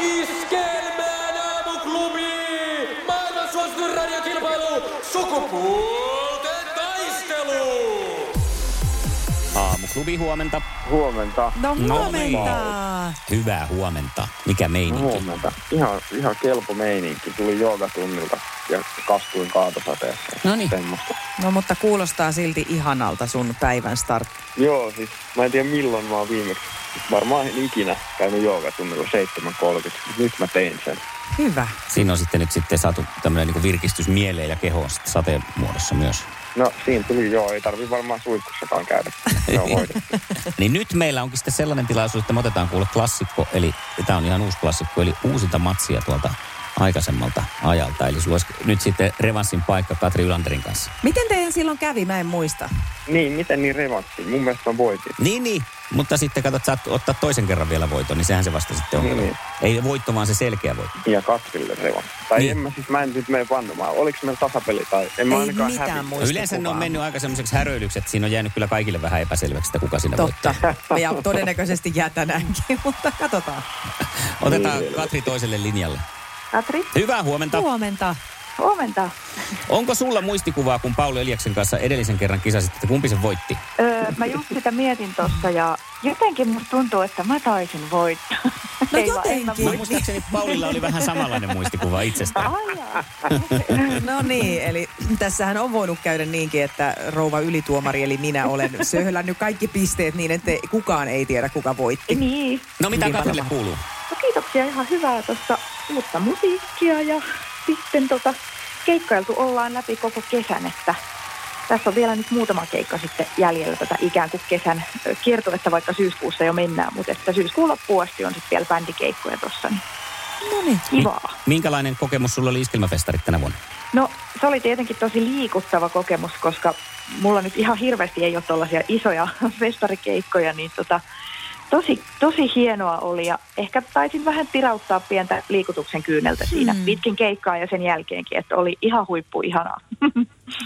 Iskelmään aamuklubi! Maailman suosituin radiokilpailu! Sukupuolten taistelu! Aamuklubi huomenta. Huomenta. No huomenta. Hyvää huomenta. Mikä meininki? Huomenta. Ihan, ihan kelpo meininki. Tuli joogatunnilta ja kastuin kaatosateessa. Noniin. Semmosta. No mutta kuulostaa silti ihanalta sun päivän start. Joo, siis mä en tiedä milloin mä oon viimeksi. Varmaan en ikinä käynyt joogatunnilla 7.30. Nyt mä tein sen. Hyvä. Siinä on sitten nyt sitten saatu tämmöinen niin virkistys mieleen ja kehoon sitten sateen muodossa myös. No siinä tuli joo, ei tarvi varmaan suihkussakaan käydä. Se on hoidettu. Niin nyt meillä onkin sitten sellainen tilaisuus, että me otetaan kuule klassikko, eli tämä on ihan uusi klassikko, eli uusinta matsia tuolta aikaisemmalta ajalta. Eli sulla olisi nyt sitten revanssin paikka Katri Ylanderin kanssa. Miten teidän silloin kävi? Mä en muista. Niin, miten niin revanssi? Mun mielestä mä voitin. Niin, niin. Mutta sitten katsot, saat ottaa toisen kerran vielä voiton, niin sehän se vasta sitten on. Niin, niin. Ei voitto, vaan se selkeä voitto. Ja Katrille revanssi. Tai Niin. niin. en mä siis, mä en nyt mene vannomaan. Oliko meillä tasapeli tai en mä Ei ainakaan mitään hävinnyt. muista Yleensä ne on kuvaa. mennyt aika semmoiseksi häröilyksi, että siinä on jäänyt kyllä kaikille vähän epäselväksi, että kuka siinä voittaa. Totta. Ja todennäköisesti jää tänäänkin, mutta katsotaan. Otetaan Katri toiselle linjalle. Katri, Hyvää huomenta. Huomenta. huomenta. Onko sulla muistikuvaa, kun Pauli Eliaksen kanssa edellisen kerran kisasit, että kumpi se voitti? Öö, mä just sitä mietin tuossa ja jotenkin musta tuntuu, että mä taisin voittaa. No Ei vaan, en mä jotenkin. Mä muistaakseni Paulilla oli vähän samanlainen muistikuva itsestään. Ai jaa. No niin, eli tässähän on voinut käydä niinkin, että rouva ylituomari, eli minä olen söhlännyt kaikki pisteet niin, että kukaan ei tiedä, kuka voitti. niin. No mitä Hyvin Katrille varmaan. kuuluu? No kiitoksia ihan hyvää tuosta uutta musiikkia ja sitten tota, keikkailtu ollaan läpi koko kesän, että tässä on vielä nyt muutama keikka sitten jäljellä tätä ikään kuin kesän ö, kiertuetta, vaikka syyskuussa jo mennään, mutta että syyskuun loppuun asti on sitten vielä bändikeikkoja tuossa, niin No niin. kivaa. Minkälainen kokemus sulla oli iskelmäfestarit tänä vuonna? No se oli tietenkin tosi liikuttava kokemus, koska mulla nyt ihan hirveästi ei ole tuollaisia isoja festarikeikkoja, niin tota, tosi, tosi hienoa oli ja ehkä taisin vähän tirauttaa pientä liikutuksen kyyneltä siinä pitkin keikkaa ja sen jälkeenkin, että oli ihan huippu ihanaa.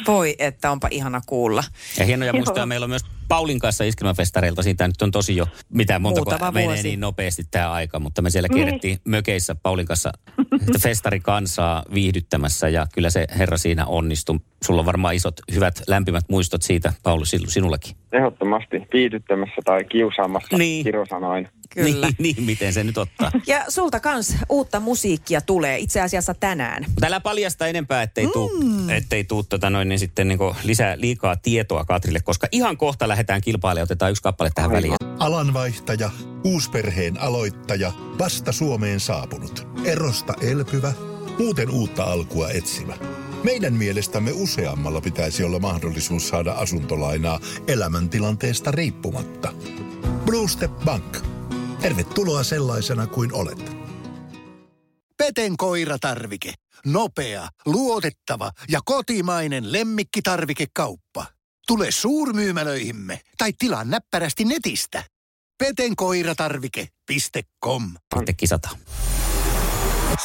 Voi, että onpa ihana kuulla. Ja hienoja Joo. muistoja meillä on myös Paulin kanssa iskelmäfestareilta. Siitä nyt on tosi jo, mitä monta Muutama menee vuosi. niin nopeasti tämä aika, mutta me siellä Niin. kierrettiin mökeissä Paulin kanssa festarikansaa viihdyttämässä ja kyllä se herra siinä onnistui. Sulla on varmaan isot, hyvät, lämpimät muistot siitä, Pauli, sinu- sinullekin. Ehdottomasti viihdyttämässä tai kiusaamassa, Niin. niin. Kiro sanoin. Kyllä. Niin, niin, miten se nyt ottaa. Ja sulta kans uutta musiikkia tulee itse asiassa tänään. Mutta älä paljasta enempää, ettei tuu, Mm. ettei tuu tota noin, niin sitten niin lisää liikaa tietoa Katrille, koska ihan kohta lähdetään kilpailemaan ja otetaan yksi kappale tähän väliin. Alanvaihtaja, uusperheen aloittaja, vasta Suomeen saapunut, erosta elpyvä, muuten uutta alkua etsimä. Meidän mielestämme useammalla pitäisi olla mahdollisuus saada asuntolainaa elämäntilanteesta riippumatta. Blue Step Bank. Tervetuloa sellaisena kuin olet. Peten koiratarvike. Nopea, luotettava ja kotimainen lemmikkitarvikekauppa. Tule suurmyymälöihimme tai tilaa näppärästi netistä. petenkoiratarvike.com Sitten kisataan.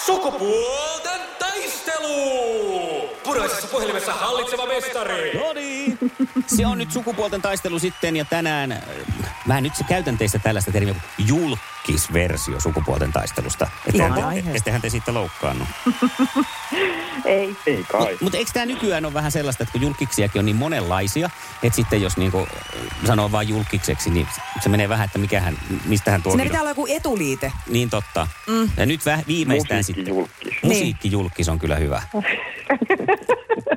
Sukupuolten taistelu! Puraisessa puhelimessa hallitseva mestari! No niin. Se on nyt sukupuolten taistelu sitten ja tänään, äh, mä nyt se käytän teistä tällaista termiä kuin julkisversio sukupuolten taistelusta. Ettehän Ihan te, aiheesta. ettehän te siitä loukkaannu. Ei, Ei kai. Mutta eikö tämä nykyään ole vähän sellaista, että kun julkiksiakin on niin monenlaisia, että sitten jos niinku äh, sanoo vain julkikseksi, niin se menee vähän, että mikähän, mistähän tuo Sinne on. pitää olla joku etuliite. Niin totta. Mm. Ja nyt vähän viimeistään sitten. Musiikkijulkis. Niin. Musiikkijulkis on kyllä hyvä.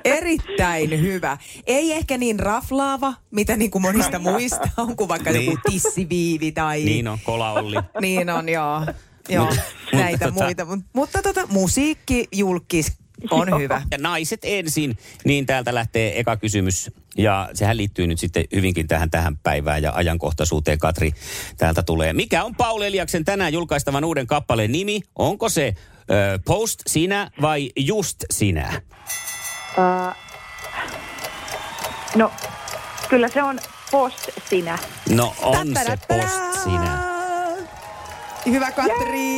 Erittäin hyvä. Ei ehkä niin raflaava, mitä niin kuin monista muista on, kuin vaikka Niin. joku tissiviivi tai... Niin on, Kola Olli. niin on joo. joo. näitä tota- muita. Mut, mutta tota, musiikki, julkis on hyvä. Ja naiset ensin, niin täältä lähtee eka kysymys. Ja sehän liittyy nyt sitten hyvinkin tähän tähän päivään ja ajankohtaisuuteen, Katri. Täältä tulee. Mikä on Pauli Eliaksen tänään julkaistavan uuden kappaleen nimi? Onko se ö, Post Sinä vai Just Sinä? äh, no kyllä se on post sinä. No on se Täppäräppärää. Post Sinä. Hyvä Katri.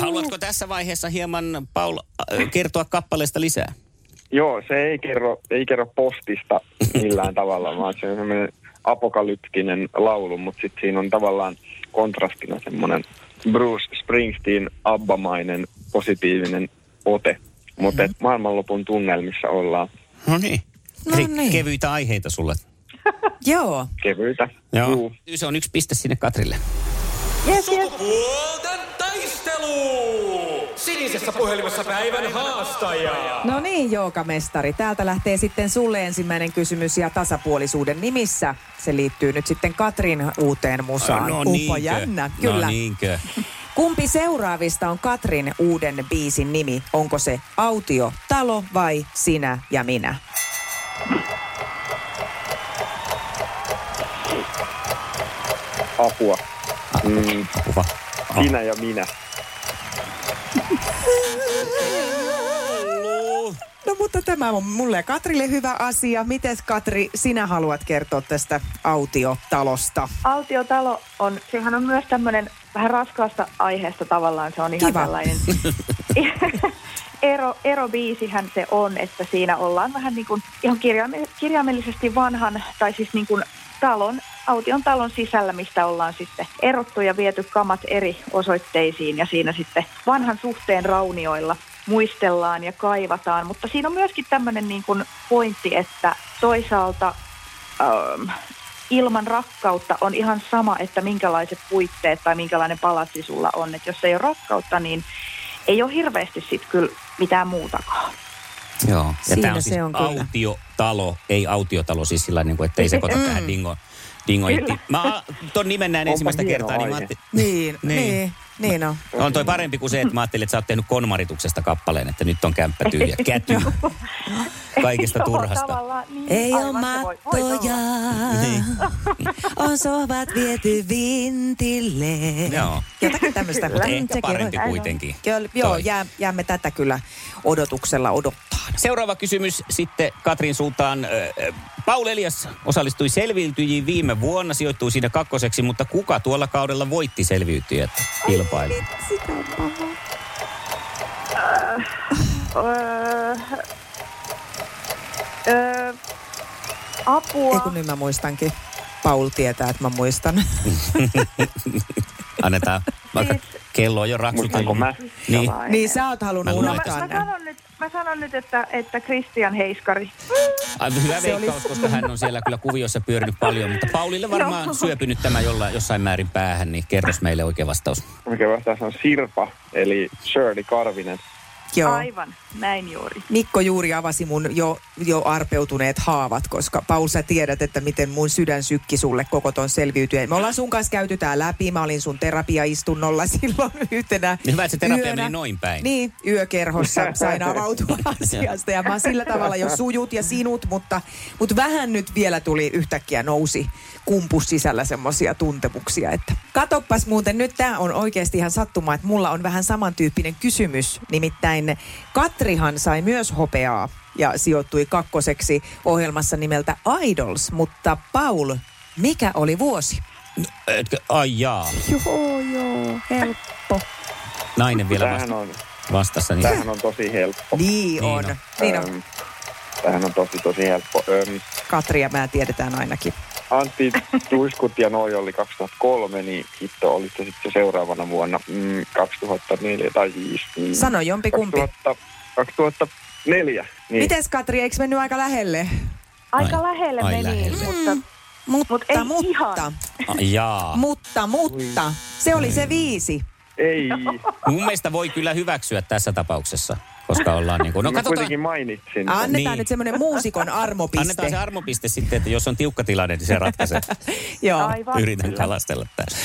Haluatko tässä vaiheessa hieman, Paul, äh, kertoa kappaleesta lisää? Joo, se ei kerro, ei kerro postista millään tavalla, vaan se on semmoinen apokalyptinen laulu, mutta sitten siinä on tavallaan kontrastina semmoinen Bruce Springsteen abbamainen positiivinen ote. Mutta Mhm. mm-hmm. maailmanlopun tunnelmissa ollaan No niin. No Eli niin. Kevyitä aiheita sulle. Joo. kevyitä. Joo. Juu. Se on yksi piste sinne Katrille. Yes, yes. Sukupuolten taistelu! Sinisessä puhelimessa päivän haastaja. No niin, joogamestari. Täältä lähtee sitten sulle ensimmäinen kysymys ja tasapuolisuuden nimissä. Se liittyy nyt sitten Katrin uuteen musaan. no Upa niinkö? jännä, kyllä. No niinkö? Kumpi seuraavista on Katrin uuden biisin nimi? Onko se Autio, Talo vai Sinä ja minä? Apua. Mm, Kuva. Ah. sinä ja minä. No mutta tämä on mulle ja Katrille hyvä asia. Mites Katri, sinä haluat kertoa tästä autiotalosta? Autiotalo on, sehän on myös tämmöinen vähän raskaasta aiheesta tavallaan. Se on ihan Kiva. tällainen ero, erobiisihän se on, että siinä ollaan vähän niin kuin ihan kirjaime- kirjaimellisesti vanhan, tai siis niin kuin talon, aution talon sisällä, mistä ollaan sitten erottu ja viety kamat eri osoitteisiin ja siinä sitten vanhan suhteen raunioilla muistellaan ja kaivataan. Mutta siinä on myöskin tämmöinen niin kuin pointti, että toisaalta ähm, ilman rakkautta on ihan sama, että minkälaiset puitteet tai minkälainen palatsi sulla on. Et jos ei ole rakkautta, niin ei ole hirveästi sit kyllä mitään muutakaan. Joo. Ja Siinä tämä on se siis on kyllä. autiotalo, ei autiotalo, siis sillä niin kuin, että ei sekoita tähän dingo, dingo Kyllä. Mä a- ton nimen näin Onpa ensimmäistä hieno kertaa, niin mä aihe. ajattelin, Niin, Niin. niin, niin on. on toi parempi kuin se, että mä ajattelin, että sä oot tehnyt konmarituksesta kappaleen, että nyt on kämppä tyhjä. Käty. Kaikesta Joo, turhasta. tavallaan, Niin, Ei ole aivan, se voi- voi mattoja, olla. Niin. on sohvat viety vintille. Joo. Jotakin tämmöistä. Mutta Mm, ehkä sekin parempi voi- kuitenkin. Kyllä, joo, Toi. jää, jäämme tätä kyllä odotuksella odottaa. Seuraava kysymys sitten Katrin suuntaan. Ö, ö, Paul Elias osallistui selviytyjiin viime vuonna, sijoittui siinä kakkoseksi, mutta kuka tuolla kaudella voitti selviytyjät kilpailun? Öö, öö, apua. Ei kun nyt mä muistankin. Paul tietää, että mä muistan. Annetaan, vaikka kello on jo Muistanko raksutellut. mä? Niin. Jotain. niin sä oot halunnut Mä luulen, Mä, unohtaa mä, nämä. sanon nyt, mä sanon nyt, että, että Christian Heiskari. Ai, hyvä Se oli- veikkaus, koska hän on siellä kyllä kuviossa pyörinyt paljon, mutta Paulille varmaan Joo. syöpynyt tämä jollain, jossain määrin päähän, niin kerros meille oikea vastaus. Mikä vastaus on Sirpa, eli Shirley Karvinen. Joo. Aivan, näin juuri. Mikko juuri avasi mun jo, jo arpeutuneet haavat, koska Paul sä tiedät, että miten mun sydän sykki sulle koko ton selviytyen. Me ollaan sun kanssa käyty tää läpi, mä olin sun terapiaistunnolla silloin yhtenä Niin hyvä, että se terapia yönä. meni noin päin. Niin, yökerhossa sain avautua asiasta ja mä oon sillä tavalla jo sujut ja sinut, mutta, mutta vähän nyt vielä tuli yhtäkkiä nousi kumpus sisällä semmoisia tuntemuksia, että katoppas muuten nyt tämä on oikeasti ihan sattuma, että mulla on vähän samantyyppinen kysymys, nimittäin Katrihan sai myös hopeaa ja sijoittui kakkoseksi ohjelmassa nimeltä Idols, mutta Paul, mikä oli vuosi? Etkö, ai jaa, Joo, joo, helppo. nainen vielä Tämähän vasta, on, vastassa. Niin. tämähän on tosi helppo. Niin on. on. Niin on. Öm, Tämähän on tosi, tosi helppo. Öm, Katri ja mä tiedetään ainakin. Antti Tuiskut ja Noi oli 2003, niin hitto olitte sitten seuraavana vuonna mm, 2004 tai 5. Niin Sano jompikumpi. 2000, 2004. Niin. Mites Katri, eikö mennyt aika lähelle? Aika Ai- lähelle ai meni, lähelle. mutta Mutta, Mut ei mutta, ihan. Ai jaa. mutta, mutta, se oli Niin. se viisi. Ei, No, niin Mun mielestä voi kyllä hyväksyä tässä tapauksessa, koska ollaan niin kuin... No no, mä katsotaan, kuitenkin mainitsin. Annetaan Niin. nyt semmoinen muusikon armopiste. annetaan se armopiste sitten, että jos on tiukka tilanne, niin se ratkaisee. Joo. aivan. Yritän kalastella täällä.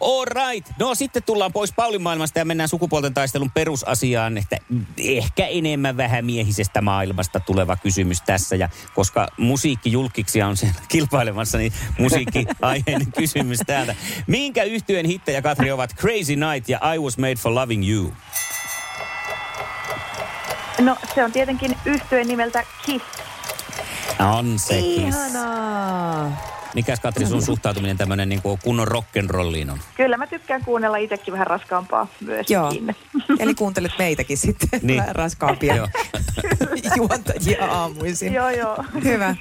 All right. No sitten tullaan pois Paulin maailmasta ja mennään sukupuolten taistelun perusasiaan, että ehkä enemmän vähän miehisestä maailmasta tuleva kysymys tässä. Ja koska musiikkijulkiksi on siellä kilpailemassa, niin musiikkiaiheinen kysymys täältä. Minkä yhtyeen hittejä Katri ovat Crazy Night ja I Was Made for Loving You? No se on tietenkin yhtyeen nimeltä Kiss. On se Kiss. Ihanaa. Mikäs Katri sun suhtautuminen tämmöinen niin kuin kunnon rock'n'rolliin on? Kyllä mä tykkään kuunnella itsekin vähän raskaampaa myös. Joo. Kiinni. Eli kuuntelet meitäkin sitten Niin. niin. raskaampia Joo. juontajia aamuisin. joo, joo. Hyvä.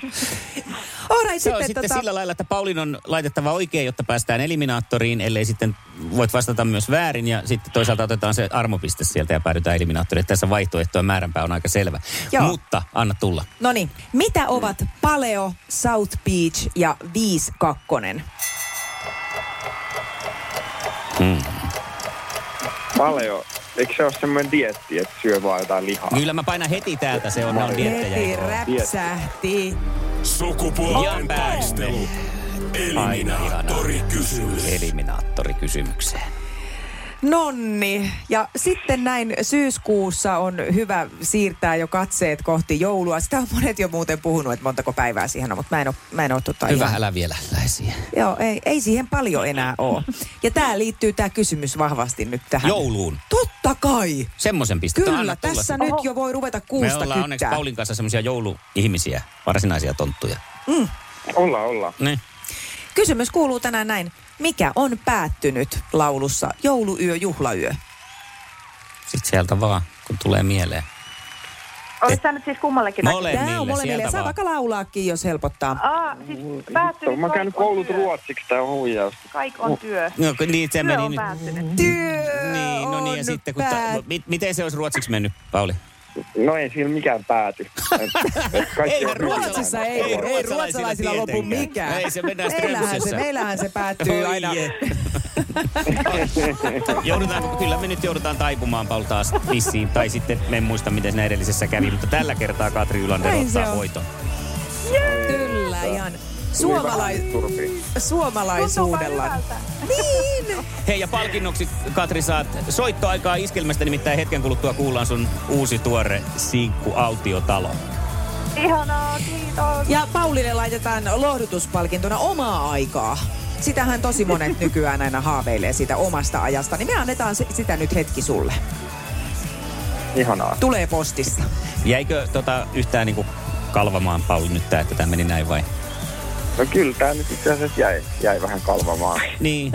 All right, Se on sitten, sitten tota, sillä lailla, että Paulin on laitettava oikein, jotta päästään eliminaattoriin, ellei sitten voit vastata myös väärin ja sitten toisaalta otetaan se armopiste sieltä ja päädytään eliminaattoriin. Tässä vaihtoehtojen määränpää on aika selvä. Joo. Mutta anna tulla. No niin, mitä ovat Paleo, South Beach ja 52? Paljon. Eikö se ole semmoinen dietti, että syö vaan jotain lihaa? Kyllä mä painan heti täältä, se on, ne on Heti diettejä. räpsähti. Ja Sukupuolten päälle. taistelu. Aina Eliminaattori kysymys. Eliminaattori kysymykseen. Nonni. Ja sitten näin syyskuussa on hyvä siirtää jo katseet kohti joulua. Sitä on monet jo muuten puhunut, että montako päivää siihen on, mutta mä en ole, mä en ole tota Hyvä, ihan- älä vielä läisiä. Joo, ei, ei siihen paljon enää ole. Ja tämä liittyy tämä kysymys vahvasti nyt tähän. Jouluun. Totta kai. Semmoisen pistetään. Kyllä, tulla. tässä nyt jo voi ruveta Me kuusta ollaan onneksi kyttää. Paulin kanssa semmoisia jouluihmisiä, varsinaisia tonttuja. Niin. Ollaan, ollaan. Ne. Kysymys kuuluu tänään näin. Mikä on päättynyt laulussa jouluyö, juhlayö? Sitten sieltä vaan, kun tulee mieleen. Olet sä nyt siis kummallekin? Molemmille, Tää on molemmille. sieltä Saa vaan. Mm, vaikka laulaakin, jos helpottaa. Aa, siis Vittu, päättynyt Mä oon käynyt Kaik on koulut Oh. työ. ruotsiksi, tää on huijaus. Kaik on työ. No, kun niin, se Työ meni on nyt. päättynyt. Työ Niin, no niin, ja on sitten kun... Ta- päät- mi- miten se olisi ruotsiksi mennyt, Pauli? No ei siinä mikään pääty. Et- et kaikki Eihän on hyvin. Ruotsissa ei, ei, ei ruotsalaisilla lopu tietenkään. mikään. Ei, se mennään meillähän, se, strömsössä. meillähän se päättyy Oi aina. je. joudutaan, kyllä me nyt joudutaan taipumaan Paul taas vissiin, tai sitten en muista miten siinä edellisessä kävi, mutta tällä kertaa Katri Ylander Näin se ottaa on. voiton. Kyllä, ihan Tuli vähän nyt suomalai- turpiin. suomalaisuudella. Niin. Hei ja palkinnoksi Katri saat soittoaikaa iskelmästä, nimittäin hetken kuluttua kuullaan sun uusi tuore sinkku Autiotalo. Ihanaa, kiitos. Ja Paulille laitetaan lohdutuspalkintona omaa aikaa. Sitähän tosi monet nykyään aina haaveilee siitä omasta ajasta, niin me annetaan se, sitä nyt hetki sulle. Ihanaa. Tulee postissa. Jäikö tota yhtään niinku kalvamaan Pauli nyt tää, että tämä meni näin vai? No kyllä, tää nyt itse asiassa jäi, jäi vähän kalvamaan. Niin.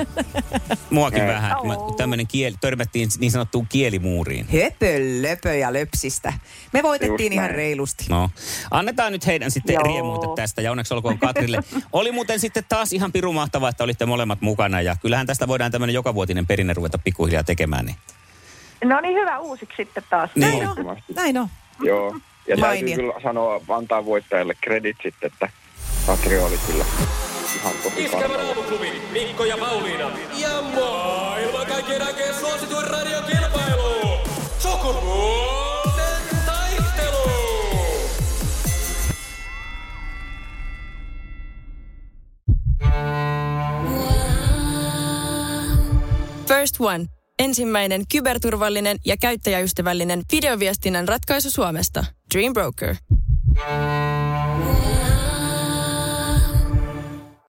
Muakin Ei. vähän. Mä, tämmönen kieli, törmättiin niin sanottuun kielimuuriin. Höpö, löpö ja löpsistä. Me voitettiin Just ihan näin. reilusti. No, annetaan nyt heidän sitten Joo. riemuuta tästä ja onneksi olkoon Katrille. Oli muuten sitten taas ihan pirun mahtavaa, että olitte molemmat mukana ja kyllähän tästä voidaan tämmöinen jokavuotinen perinne ruveta pikkuhiljaa tekemään. Niin. No niin, hyvä uusiksi sitten taas. Niin. Näin on, näin on. Joo. Ja Mainio. täytyy kyllä sanoa, antaa voittajalle kreditsit, että Katri oli kyllä ihan tosi Iskävän kannalla. aamuklubi, Mikko ja Pauliina. Ja maailman kaikkien aikeen suosituen radiokilpailu. Sukupuolten taistelu. First One. Ensimmäinen kyberturvallinen ja käyttäjäystävällinen videoviestinnän ratkaisu Suomesta. Dream Broker.